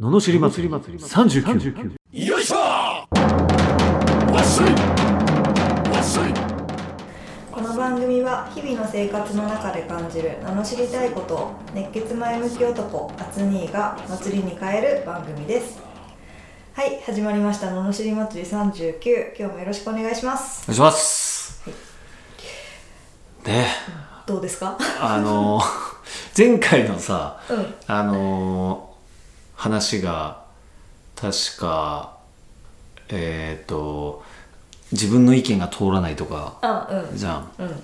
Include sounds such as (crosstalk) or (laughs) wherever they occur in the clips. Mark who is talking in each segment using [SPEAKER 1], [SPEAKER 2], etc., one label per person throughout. [SPEAKER 1] ののしり祭り39
[SPEAKER 2] よいしょわっしょいわっしょい
[SPEAKER 3] この番組は日々の生活の中で感じる名の知りたいことを熱血前向き男アツニーが祭りに変える番組ですはい始まりました「ののしり祭り39」今日もよろしくお願いします
[SPEAKER 1] お願いしますね
[SPEAKER 3] どうですか
[SPEAKER 1] あのー (laughs) 前回のさ
[SPEAKER 3] うん
[SPEAKER 1] あのー話が確かえっ、と自分の意見が通らないとか
[SPEAKER 3] あうん
[SPEAKER 1] じゃん
[SPEAKER 3] うん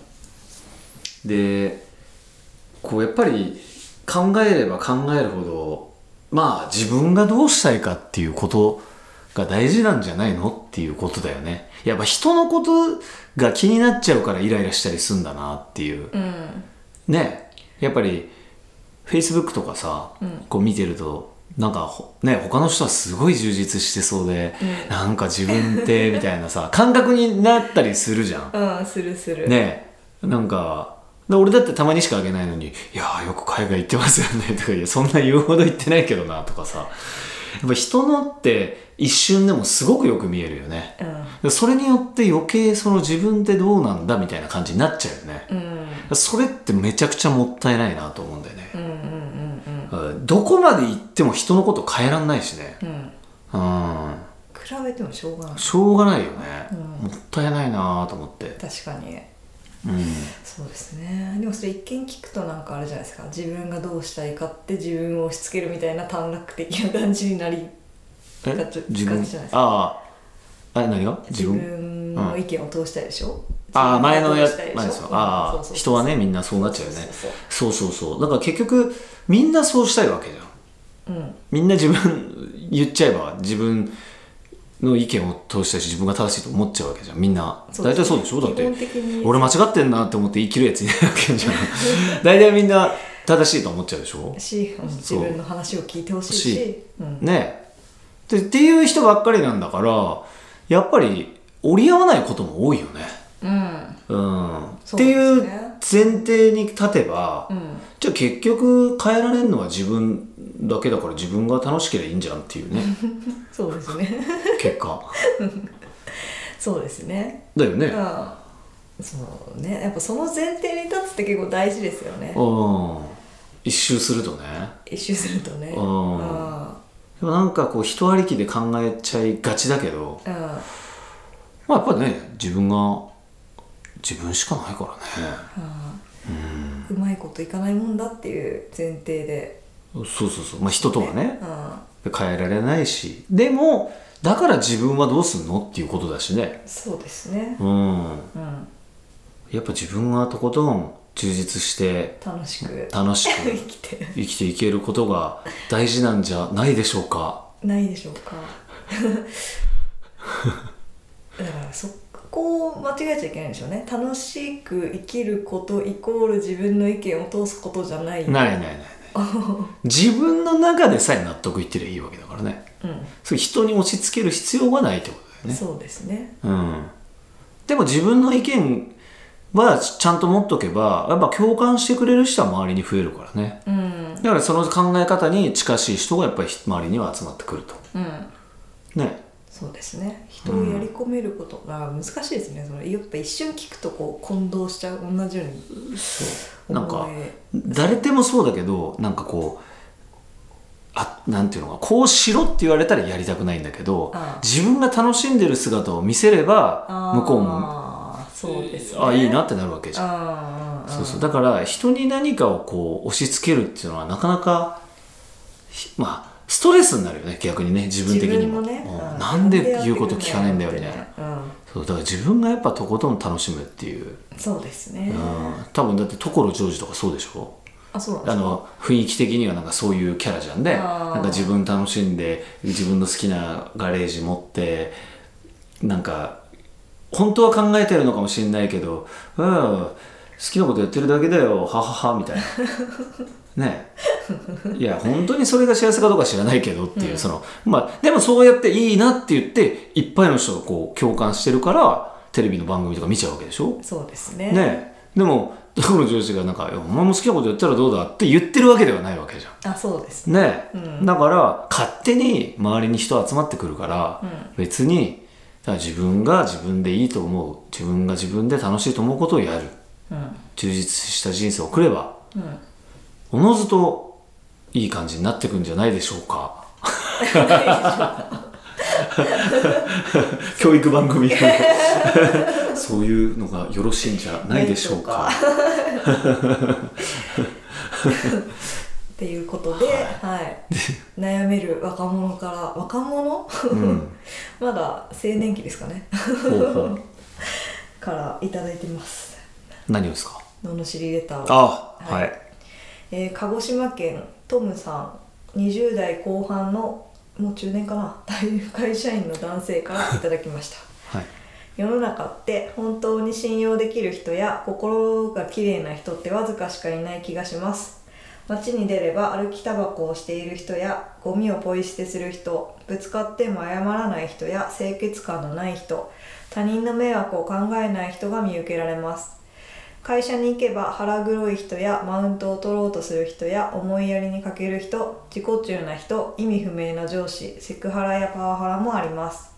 [SPEAKER 1] でこうやっぱり考えれば考えるほどまあ自分がどうしたいかっていうことが大事なんじゃないのっていうことだよねやっぱ人のことが気になっちゃうからイライラしたりすんだなっていう
[SPEAKER 3] うん
[SPEAKER 1] ねやっぱり Facebook とかさ、
[SPEAKER 3] うん
[SPEAKER 1] こう見てるとなんかほね他の人はすごい充実してそうで、
[SPEAKER 3] うん
[SPEAKER 1] なんか自分ってみたいなさ感覚になったりするじゃん
[SPEAKER 3] うんするする
[SPEAKER 1] ねえなんかで俺だってたまにしかあげないのに「いやーよく海外行ってますよね」とか「いやそんな言うほど行ってないけどな」とかさやっぱ人のって一瞬でもすごくよく見えるよね
[SPEAKER 3] うん
[SPEAKER 1] でそれによって余計その自分ってどうなんだみたいな感じになっちゃうよね
[SPEAKER 3] うん
[SPEAKER 1] それってめちゃくちゃもったいないなと思うんだよね
[SPEAKER 3] うんうんうん
[SPEAKER 1] うんどこまで行っても人のこと変えらんないしね
[SPEAKER 3] うんうん
[SPEAKER 1] うん
[SPEAKER 3] 比べてもしょうがない
[SPEAKER 1] しょうがないよね、
[SPEAKER 3] うん
[SPEAKER 1] もったいないなと思って
[SPEAKER 3] 確かに
[SPEAKER 1] うん
[SPEAKER 3] そうですねでもそれ一見聞くとなんかあれじゃないですか自分がどうしたいかって自分を押し付けるみたいな短絡的な感じになり
[SPEAKER 1] え
[SPEAKER 3] ガチ
[SPEAKER 1] 自分
[SPEAKER 3] ガチじゃないですか
[SPEAKER 1] あああ何が自分
[SPEAKER 3] 自分の意見を通したいでしょ、
[SPEAKER 1] ああ前のや
[SPEAKER 3] 自分が
[SPEAKER 1] 前です
[SPEAKER 3] どうしたいでしょ
[SPEAKER 1] よああ
[SPEAKER 3] そうそうそう
[SPEAKER 1] 人はねみんなそうなっちゃうよね
[SPEAKER 3] そう
[SPEAKER 1] そうそうそうだから結局みんなそうしたいわけじゃん
[SPEAKER 3] そううん
[SPEAKER 1] みんな自分言っちゃえば自分の意見を通したいし自分が正しいと思っちゃうわけじゃんみんな
[SPEAKER 3] そうで
[SPEAKER 1] 大体
[SPEAKER 3] す
[SPEAKER 1] そうでしょだっ
[SPEAKER 3] 基
[SPEAKER 1] て
[SPEAKER 3] 本的に
[SPEAKER 1] 俺間違ってんなって思って生きるやついないわけじ
[SPEAKER 3] (laughs)
[SPEAKER 1] ゃん大体みんな正しいと思っちゃうでしょ
[SPEAKER 3] しうん自分の話を聞いてほしいし
[SPEAKER 1] し
[SPEAKER 3] うん、
[SPEAKER 1] ねえでっていう人ばっかりなんだからやっぱり折り合わないことも多いよね
[SPEAKER 3] う
[SPEAKER 1] う
[SPEAKER 3] ん
[SPEAKER 1] んっ
[SPEAKER 3] そう
[SPEAKER 1] て
[SPEAKER 3] で
[SPEAKER 1] い
[SPEAKER 3] す
[SPEAKER 1] う
[SPEAKER 3] ね
[SPEAKER 1] 前提に立てば、
[SPEAKER 3] うん
[SPEAKER 1] じゃあ結局変えられるのは自分だけだから自分が楽しければいいんじゃんって
[SPEAKER 3] (laughs)
[SPEAKER 1] いうね
[SPEAKER 3] そうですね (laughs)
[SPEAKER 1] 結果
[SPEAKER 3] そうですね
[SPEAKER 1] だよね、うん、
[SPEAKER 3] うんそうねやっぱその前提に立つって結構大事ですよね
[SPEAKER 1] 一周するとね
[SPEAKER 3] 一周するとね
[SPEAKER 1] う
[SPEAKER 3] うんん
[SPEAKER 1] でもなんかこう人ありきで考えちゃいがちだけど
[SPEAKER 3] うん
[SPEAKER 1] まあやっぱりね自分が自分しかないからね
[SPEAKER 3] うまいこといかないもんだっていう前提で、
[SPEAKER 1] そうそうそうまあ人とはね
[SPEAKER 3] うん、
[SPEAKER 1] 変えられないしでもだから自分はどうすんのっていうことだしね
[SPEAKER 3] そうですね、
[SPEAKER 1] うん
[SPEAKER 3] うん、
[SPEAKER 1] やっぱ自分がとことん充実して
[SPEAKER 3] 楽
[SPEAKER 1] (laughs)
[SPEAKER 3] しく
[SPEAKER 1] 楽し
[SPEAKER 3] 生
[SPEAKER 1] く
[SPEAKER 3] (laughs) きて
[SPEAKER 1] 生きていけることが大事なんじゃないでしょうか
[SPEAKER 3] ないでしょうか (laughs) だからそこを間違えちゃいけないんでしょうね楽しく生きることイコール自分の意見を通すことじゃない
[SPEAKER 1] ないないないない自分の中でさえ納得いってりゃいいわけだからね
[SPEAKER 3] う
[SPEAKER 1] それ人に押し付ける必要がないってことだ
[SPEAKER 3] ん、
[SPEAKER 1] よね
[SPEAKER 3] そうですね
[SPEAKER 1] うんでも自分の意見はちゃんと持っとけばやっぱ共感してくれる人は周りに増えるからね
[SPEAKER 3] うん
[SPEAKER 1] だからその考え方に近しい人がやっぱり周りには集まってくると
[SPEAKER 3] うん
[SPEAKER 1] ね
[SPEAKER 3] そうですね人をやり込めることが難しいですねそれやっぱ一瞬聞くとこう混同しちゃう同じように
[SPEAKER 1] なんか
[SPEAKER 3] 思え
[SPEAKER 1] 誰でもそうだけどなんかこうあなんていうのかこうしろって言われたらやりたくないんだけど
[SPEAKER 3] ああ
[SPEAKER 1] 自分が楽しんでる姿を見せれば
[SPEAKER 3] あー
[SPEAKER 1] 向こうも
[SPEAKER 3] そうです、ね、
[SPEAKER 1] あいいなってなるわけじゃん
[SPEAKER 3] あー
[SPEAKER 1] そうそうだから人に何かをこう押し付けるっていうのはなかなかひまあストレスになるよね逆にね自分的にも、
[SPEAKER 3] 自分もね、
[SPEAKER 1] う
[SPEAKER 3] うんん
[SPEAKER 1] なんで言うこと聞かねえんだよみたいな、
[SPEAKER 3] うん、
[SPEAKER 1] そうだから自分がやっぱとことん楽しむっていう、
[SPEAKER 3] そうですね、
[SPEAKER 1] うん、多分だって所ジョージとかそうでしょ
[SPEAKER 3] あそうなんで
[SPEAKER 1] あ
[SPEAKER 3] すか
[SPEAKER 1] の雰囲気的にはなんかそういうキャラじゃんで
[SPEAKER 3] あー
[SPEAKER 1] なんか自分楽しんで自分の好きなガレージ持ってなんか本当は考えてるのかもしれないけど「うん好きなことやってるだけだよははは」みたい
[SPEAKER 3] (laughs)
[SPEAKER 1] な。ねいや本当にそれが幸せかどうか知らないけどっていう、
[SPEAKER 3] うん
[SPEAKER 1] そのまあでもそうやっていいなって言っていっぱいの人がこう共感してるからテレビの番組とか見ちゃうわけでしょ
[SPEAKER 3] そうですね
[SPEAKER 1] ねでもこの上司がなんかいや「お前も好きなことやったらどうだ」って言ってるわけではないわけじゃ
[SPEAKER 3] あそうです
[SPEAKER 1] んね、
[SPEAKER 3] うん
[SPEAKER 1] だから勝手に周りに人集まってくるから、
[SPEAKER 3] うん
[SPEAKER 1] 別にだから自分が自分でいいと思う自分が自分で楽しいと思うことをやる
[SPEAKER 3] うん
[SPEAKER 1] 充実した人生を送れば
[SPEAKER 3] うん
[SPEAKER 1] おのずといい感じになってくんじゃないでしょうか (laughs) 教育番組 (laughs) そういうのがよろしいんじゃないでしょうか
[SPEAKER 3] っていうことで、はい、悩める若者から若者、
[SPEAKER 1] ん
[SPEAKER 3] (laughs) まだ青年期ですかね
[SPEAKER 1] ほうほう
[SPEAKER 3] からいただいてます
[SPEAKER 1] 何をですか
[SPEAKER 3] 罵りレターを
[SPEAKER 1] あはい、
[SPEAKER 3] えー鹿児島県トムさん20代後半のもう中年かな会社員の男性からいただきました
[SPEAKER 1] はい、
[SPEAKER 3] 世の中って本当に信用できる人や心が綺麗な人ってわずかしかいない気がします街に出れば歩きタバコをしている人やゴミをポイ捨てする人ぶつかっても謝らない人や清潔感のない人他人の迷惑を考えない人が見受けられます会社に行けば腹黒い人やマウントを取ろうとする人や思いやりに欠ける人自己中な人意味不明な上司セクハラやパワハラもあります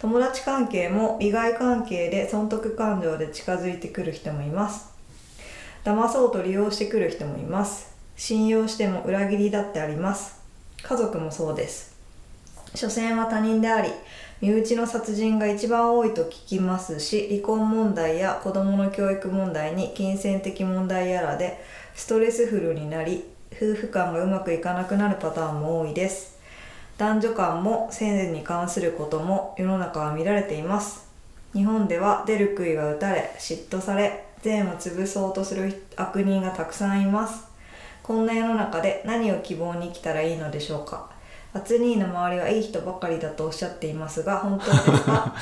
[SPEAKER 3] 友達関係も利害関係で損得感情で近づいてくる人もいます騙そうと利用してくる人もいます信用しても裏切りだってあります家族もそうです所詮は他人であり身内の殺人が一番多いと聞きますし離婚問題や子どもの教育問題に金銭的問題やらでストレスフルになり夫婦間がうまくいかなくなるパターンも多いです男女間も性に関することも世の中は見られています日本では出る杭は打たれ嫉妬され善を潰そうとする悪人がたくさんいますこんな世の中で何を希望に生きたらいいのでしょうかアツニーの周りはいい人ばかりだとおっしゃっていますが本当ですか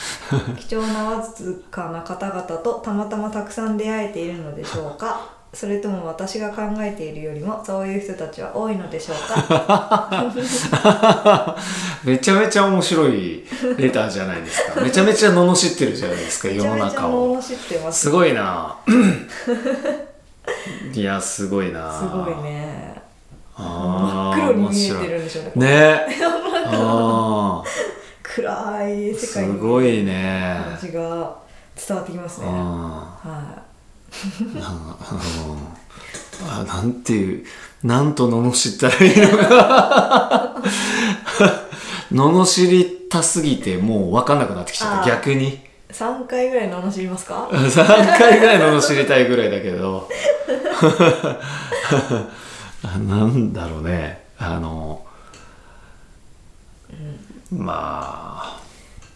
[SPEAKER 1] (laughs)
[SPEAKER 3] 貴重なわずかな方々とたまたまたくさん出会えているのでしょうかそれとも私が考えているよりもそういう人たちは多いのでしょうか
[SPEAKER 1] めちゃめちゃ面白いレターじゃないです
[SPEAKER 3] (laughs)
[SPEAKER 1] かめちゃめちゃ罵ってるじゃないですか
[SPEAKER 3] め
[SPEAKER 1] (laughs) 世
[SPEAKER 3] ちゃ
[SPEAKER 1] の
[SPEAKER 3] めちゃ
[SPEAKER 1] 中を
[SPEAKER 3] 罵ってます
[SPEAKER 1] すごいないやすごいな
[SPEAKER 3] すごいね真
[SPEAKER 1] あ
[SPEAKER 3] っ
[SPEAKER 1] ー
[SPEAKER 3] 黒に見えてるんでしょうね (laughs)
[SPEAKER 1] 面白いねあー
[SPEAKER 3] 暗い世界
[SPEAKER 1] す
[SPEAKER 3] の
[SPEAKER 1] ごいね
[SPEAKER 3] 感じが伝わってきますねは
[SPEAKER 1] あ
[SPEAKER 3] い
[SPEAKER 1] ーあなんていうなんと罵ったらいいのか罵りたすぎてもう分かんなくなってきちゃった
[SPEAKER 3] あー
[SPEAKER 1] 逆に
[SPEAKER 3] 3回ぐらい罵りますか
[SPEAKER 1] 3回ぐらい罵りたいぐらいだけどあなんだろうねあの、ま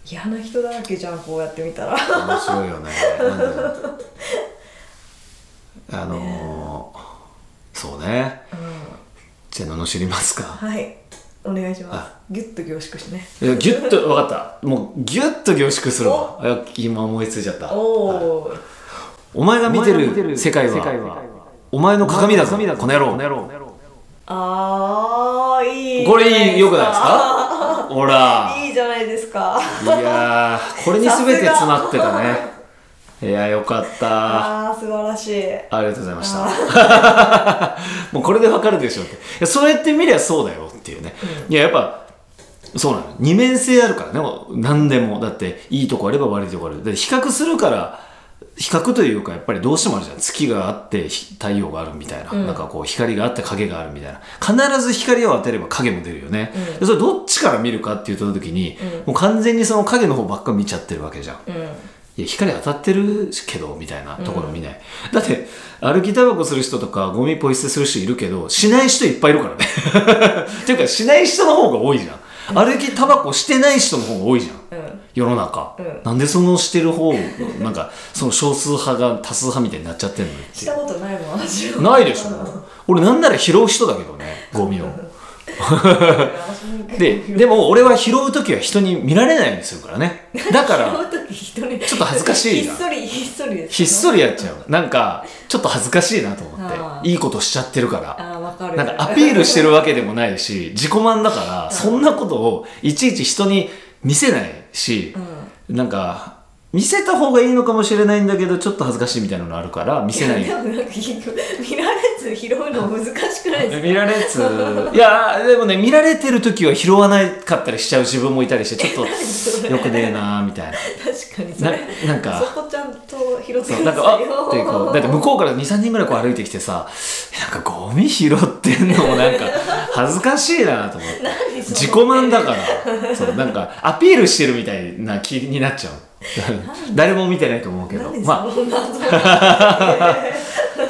[SPEAKER 3] 嫌な人だらけじゃんこうやってみたら
[SPEAKER 1] (laughs) あ面白いよねなんだろうあのそうねじゃあ罵りますか
[SPEAKER 3] はいお願いしますギュッと凝縮してね
[SPEAKER 1] いやギュッと分かったもうギュッと凝縮するわいや今思いついちゃった
[SPEAKER 3] おお
[SPEAKER 1] お前が見てる世界はお前の鏡だぞこの野郎
[SPEAKER 3] あーいい
[SPEAKER 1] これいいよくないですかほら
[SPEAKER 3] (laughs) いいじゃないですか
[SPEAKER 1] いやーこれに全て詰まってたねいやよかった
[SPEAKER 3] あー素晴らしい
[SPEAKER 1] ありがとうございました (laughs) もうこれでわかるでしょっていやそうやって見りゃそうだよっていうね、いややっぱそうなの二面性あるからねもう何でもだっていいとこあれば悪いとこあるで比較するから比較というかやっぱりどうしてもあるじゃん月があってひ太陽があるみたいな、なんかこう光があって影があるみたいな必ず光を当てれば影も出るよね、でそれどっちから見るかって言った時に、もう完全にその影の方ばっか見ちゃってるわけじゃん、
[SPEAKER 3] う
[SPEAKER 1] いや光当たってるけどみたいなところ見ない、だって歩きタバコする人とかゴミポイ捨てする人いるけどしない人いっぱいいるからね (laughs) っていうかしない人の方が多いじゃん歩きタバコしてない人の方が多いじゃん
[SPEAKER 3] んうん
[SPEAKER 1] 世の中、
[SPEAKER 3] うん
[SPEAKER 1] なんでそのしてる方なんかその少数派が多数派みたいになっちゃってんのっ
[SPEAKER 3] したことないもん私
[SPEAKER 1] て
[SPEAKER 3] も
[SPEAKER 1] ないでしょ俺なんなら拾う人だけどねゴミをででも俺は拾う時は人に見られないようにするからねだ
[SPEAKER 3] (laughs)
[SPEAKER 1] から
[SPEAKER 3] その時一人
[SPEAKER 1] ちょっと恥ずかしい
[SPEAKER 3] ひ
[SPEAKER 1] な
[SPEAKER 3] っそりひっそりです
[SPEAKER 1] ひっそりやっちゃうなんかちょっと恥ずかしいなと思
[SPEAKER 3] あ
[SPEAKER 1] っ
[SPEAKER 3] ー
[SPEAKER 1] ていいことしちゃってるから
[SPEAKER 3] ああわかる
[SPEAKER 1] なんかアピールしてるわけでもないし自己満だからそんなことをいちいち人に見せないし
[SPEAKER 3] うん
[SPEAKER 1] なんか見せた方がいいのかもしれないんだけどちょっと恥ずかしいみたいなのあるから見せ
[SPEAKER 3] (laughs)
[SPEAKER 1] ない
[SPEAKER 3] でもなんか結局見られず拾うの難しくないですか
[SPEAKER 1] 見られついやでもね見られてる時は拾わなかったりしちゃう自分もいたりしてちょっ
[SPEAKER 3] そ (laughs)
[SPEAKER 1] と
[SPEAKER 3] れ
[SPEAKER 1] よくねえなーみたいな
[SPEAKER 3] 確かにそ
[SPEAKER 1] な
[SPEAKER 3] れ
[SPEAKER 1] なんか
[SPEAKER 3] そこちゃんと拾って
[SPEAKER 1] そう
[SPEAKER 3] く
[SPEAKER 1] なん
[SPEAKER 3] だ
[SPEAKER 1] か
[SPEAKER 3] さ
[SPEAKER 1] あ
[SPEAKER 3] いよ
[SPEAKER 1] ってこうだって向こうから23人ぐらいこう歩いてきてさえなんかゴミ拾ってんのもなんか恥ずかしいなと思って
[SPEAKER 3] 何その
[SPEAKER 1] 自己満だからそうなんかアピールしてるみたいな気になっちゃう (laughs) 誰も見てないと思うけど
[SPEAKER 3] 何そ
[SPEAKER 1] まあ
[SPEAKER 3] の謎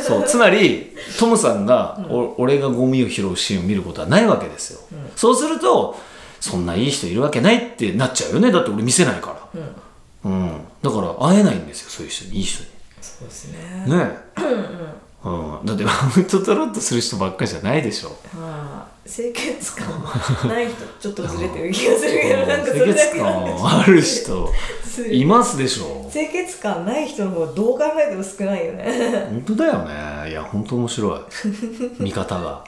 [SPEAKER 1] そうつまりトムさんが、お俺がゴミを拾うシーンを見ることはないわけですよ、そうするとそんないい人いるわけないってなっちゃうよねだって俺見せないからうん、だから会えないんですよそういう人にいい人に
[SPEAKER 3] そうですね
[SPEAKER 1] ねえうん、だってマウントトロッとする人ばっかりじゃないでし
[SPEAKER 3] (laughs)
[SPEAKER 1] ょ
[SPEAKER 3] まあ清潔感ない人ちょっとずれてる気がするけどなんかそ
[SPEAKER 1] 清
[SPEAKER 3] れだ
[SPEAKER 1] 潔
[SPEAKER 3] けなんか
[SPEAKER 1] 感ある
[SPEAKER 3] (laughs)
[SPEAKER 1] 人いますでしょ
[SPEAKER 3] 清潔感ない人の方がどう考えても少ないよね
[SPEAKER 1] 本当だよねいや本当面白い見方が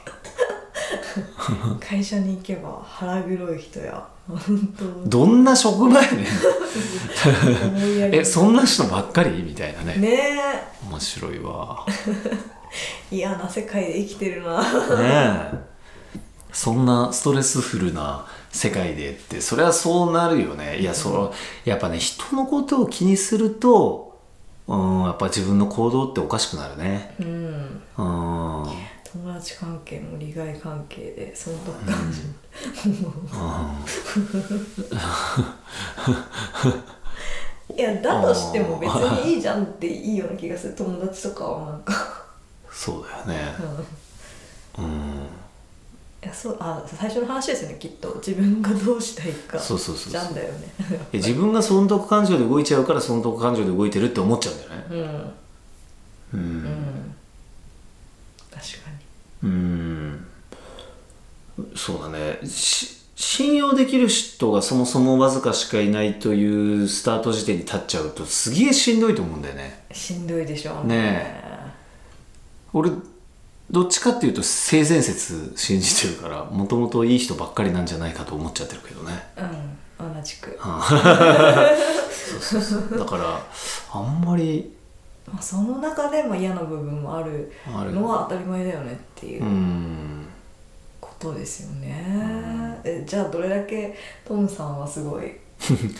[SPEAKER 3] 会社に行けば腹黒い人や本当
[SPEAKER 1] どんな職場やねん
[SPEAKER 3] 思いやり
[SPEAKER 1] えそんな人ばっかりみたいなね
[SPEAKER 3] ね
[SPEAKER 1] 面白いわ
[SPEAKER 3] え嫌な世界で生きてるな
[SPEAKER 1] ねえそんなストレスフルな世界でってそれはそうなるよねいやそやっぱね人のことを気にするとうんやっぱ自分の行動っておかしくなるね
[SPEAKER 3] うん
[SPEAKER 1] うんうん
[SPEAKER 3] 友達関係も利害関係で損得感じる、いやだとしても別にいいじゃんっていいような気がする友達とかはなんか
[SPEAKER 1] (laughs) そうだよね
[SPEAKER 3] うん
[SPEAKER 1] うん
[SPEAKER 3] いやそうあ最初の話ですよねきっと自分がどうしたいか
[SPEAKER 1] そうそうそうそう
[SPEAKER 3] じゃんだよね (laughs)
[SPEAKER 1] え自分が損得感情で動いちゃうから損得感情で動いてるって思っちゃうんじゃない
[SPEAKER 3] うん
[SPEAKER 1] う
[SPEAKER 3] うんん確か
[SPEAKER 1] うんそうだねし信用できる人がそもそもわずかしかいないというスタート時点に立っちゃうとすげえしんどいと思うんだよね
[SPEAKER 3] にしんどいでしょう
[SPEAKER 1] ね俺どっちかっていうと性善説信じてるからもともといい人ばっかりなんじゃないかと思っちゃってるけどね
[SPEAKER 3] うん同じく、
[SPEAKER 1] だからあんまり
[SPEAKER 3] まあ、その中でも嫌な部分もある
[SPEAKER 1] ある
[SPEAKER 3] のは当たり前だよねっていうううんことですよね、えじゃあどれだけトムさんはすごい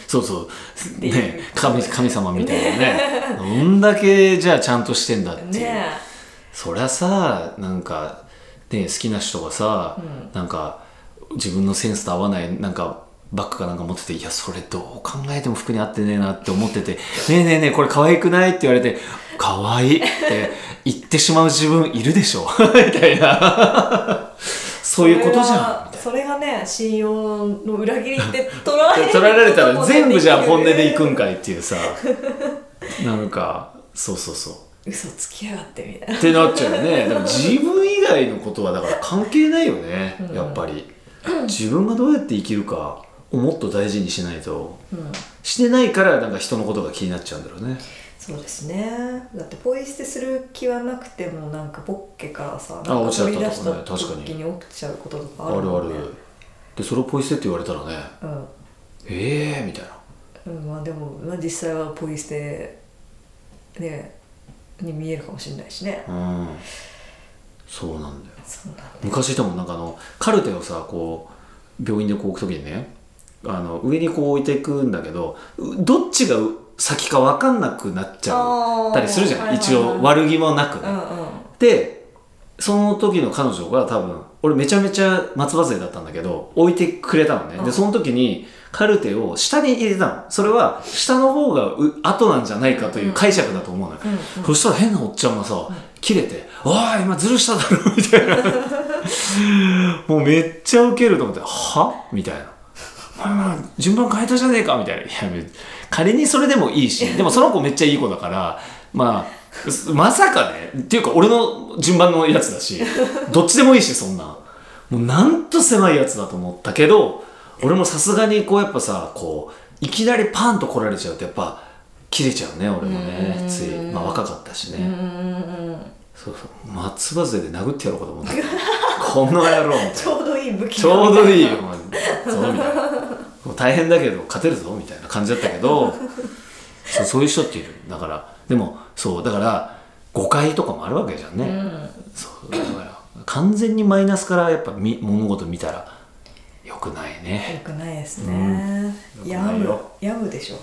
[SPEAKER 1] そうそう
[SPEAKER 3] ていう
[SPEAKER 1] ね神神様みたいなねどんだけじゃあちゃんとしてんだっていう、
[SPEAKER 3] ね
[SPEAKER 1] そりゃさなんか、ね、好きな人がさ、なんか自分のセンスと合わないなんかバッグかなんか持ってて「いやそれどう考えても服に合ってねえな」って思ってて「ねえねえねえこれ可愛くない?」って言われて「可愛いって言ってしまう自分いるでしょ (laughs) みたいなそういうことじゃんみたいな。
[SPEAKER 3] それがそれがね信用の裏切りって捉ら
[SPEAKER 1] (laughs)
[SPEAKER 3] れる
[SPEAKER 1] 取られたら全部じゃあ本音でい
[SPEAKER 3] い
[SPEAKER 1] くんかいっていうさなんかそうそうそう
[SPEAKER 3] 嘘つきやがってみたいな
[SPEAKER 1] ってなっちゃうよねだから自分以外のことはだから関係ないよね、やっぱり自分がどうやって生きるかをもっと大事にしないと、してないからなんか人のことが気になっちゃうんだろうね
[SPEAKER 3] そうですねだってポイ捨てする気はなくてもなんかポッケからさなん
[SPEAKER 1] 落
[SPEAKER 3] か
[SPEAKER 1] ちちゃっ
[SPEAKER 3] 取
[SPEAKER 1] たと
[SPEAKER 3] り
[SPEAKER 1] か
[SPEAKER 3] 出
[SPEAKER 1] ね
[SPEAKER 3] した
[SPEAKER 1] 確かに
[SPEAKER 3] 時に起きちゃうこととか
[SPEAKER 1] あ
[SPEAKER 3] ある
[SPEAKER 1] る
[SPEAKER 3] も
[SPEAKER 1] あ
[SPEAKER 3] んね
[SPEAKER 1] るでそれをポイ捨てって言われたらね
[SPEAKER 3] うん
[SPEAKER 1] ええー、みたいな
[SPEAKER 3] うん、まあでも、まあ、実際はポイ捨てねに見えるかもしれないしね
[SPEAKER 1] うんそうなんだよ
[SPEAKER 3] そうなんだ
[SPEAKER 1] 昔でもなんかあのカルテをさこう病院でこう置く時にねあの上にこう置いていくんだけどうどっちが先か分かんなくなっちゃ
[SPEAKER 3] あ
[SPEAKER 1] う
[SPEAKER 3] ー
[SPEAKER 1] たりするじゃん、
[SPEAKER 3] はいはいはい
[SPEAKER 1] 一応悪気もなくね、
[SPEAKER 3] うんうん
[SPEAKER 1] でその時の彼女が多分俺めちゃめちゃ松葉勢だったんだけど置いてくれたのね、
[SPEAKER 3] う
[SPEAKER 1] で
[SPEAKER 3] ん
[SPEAKER 1] その時にカルテを下に入れたのそれは下の方がう後なんじゃないかという解釈だと思うのよ、
[SPEAKER 3] うんうん
[SPEAKER 1] そしたら変なおっちゃんがさ、切れて「おい今ズルしただろ」みたいな
[SPEAKER 3] (laughs)
[SPEAKER 1] もうめっちゃウケると思って「は?」みたいなお前まあ順番変えたじゃねえかみたいな。いや、め仮にそれでもいい (laughs) し、でもその子めっちゃいい子だから、まあ、すまさかね、っていうか俺の順番のやつだ (laughs) し、どっちでもいいし、そんな。もうなんと狭いやつだと思ったけど、俺もさすがにこうやっぱさ、こう、いきなりパンと来られちゃうとやっぱ、切れちゃうね、俺もね。つい、まあ若かったしね。そうそう、松葉勢で殴ってやろうかと思った。この野郎みたいな
[SPEAKER 3] ちょうどいい武器
[SPEAKER 1] ちょうどいいよ、そうみたいな。もう大変だけど、勝てるぞ、みたいな感じだったけど、そうそういう人っているだからでもそうだから誤解とかもあるわけじゃんね、そうだから完全にマイナスからやっぱみ物事見たらよくないね
[SPEAKER 3] よくないですね、
[SPEAKER 1] うん
[SPEAKER 3] や
[SPEAKER 1] よくない
[SPEAKER 3] む
[SPEAKER 1] よ
[SPEAKER 3] やむでしょ
[SPEAKER 1] よ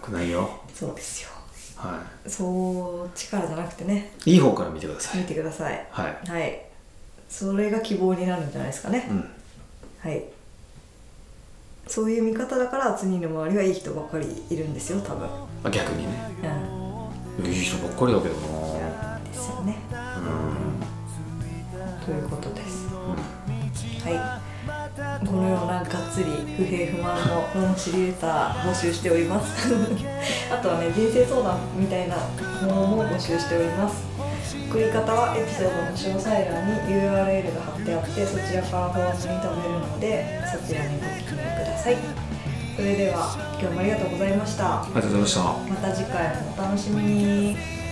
[SPEAKER 1] くないよ
[SPEAKER 3] そうですよ
[SPEAKER 1] は
[SPEAKER 3] そう力じゃなくてね
[SPEAKER 1] いいい方から見てくださ
[SPEAKER 3] 見
[SPEAKER 1] い
[SPEAKER 3] てください
[SPEAKER 1] はい
[SPEAKER 3] はいそれが希望になるんじゃないですかね、
[SPEAKER 1] うん
[SPEAKER 3] はいそういう見方だから厚兄の周りはいい人ばっかりいるんですよ多分
[SPEAKER 1] あ逆にね
[SPEAKER 3] うん
[SPEAKER 1] いい人ばっかりだけどな
[SPEAKER 3] ですよね
[SPEAKER 1] うん
[SPEAKER 3] ということです、はいこのようながっつり不平不満の論知りレター募集しております (laughs) あとはね人生相談みたいなものも募集しております送り方はエピソードの詳細欄に URL が貼ってあってそちらからフォームに飛べるのでそちらにご記入くださいそれでは今日もありがとうございました
[SPEAKER 1] ありがとうございました
[SPEAKER 3] また次回もお楽しみに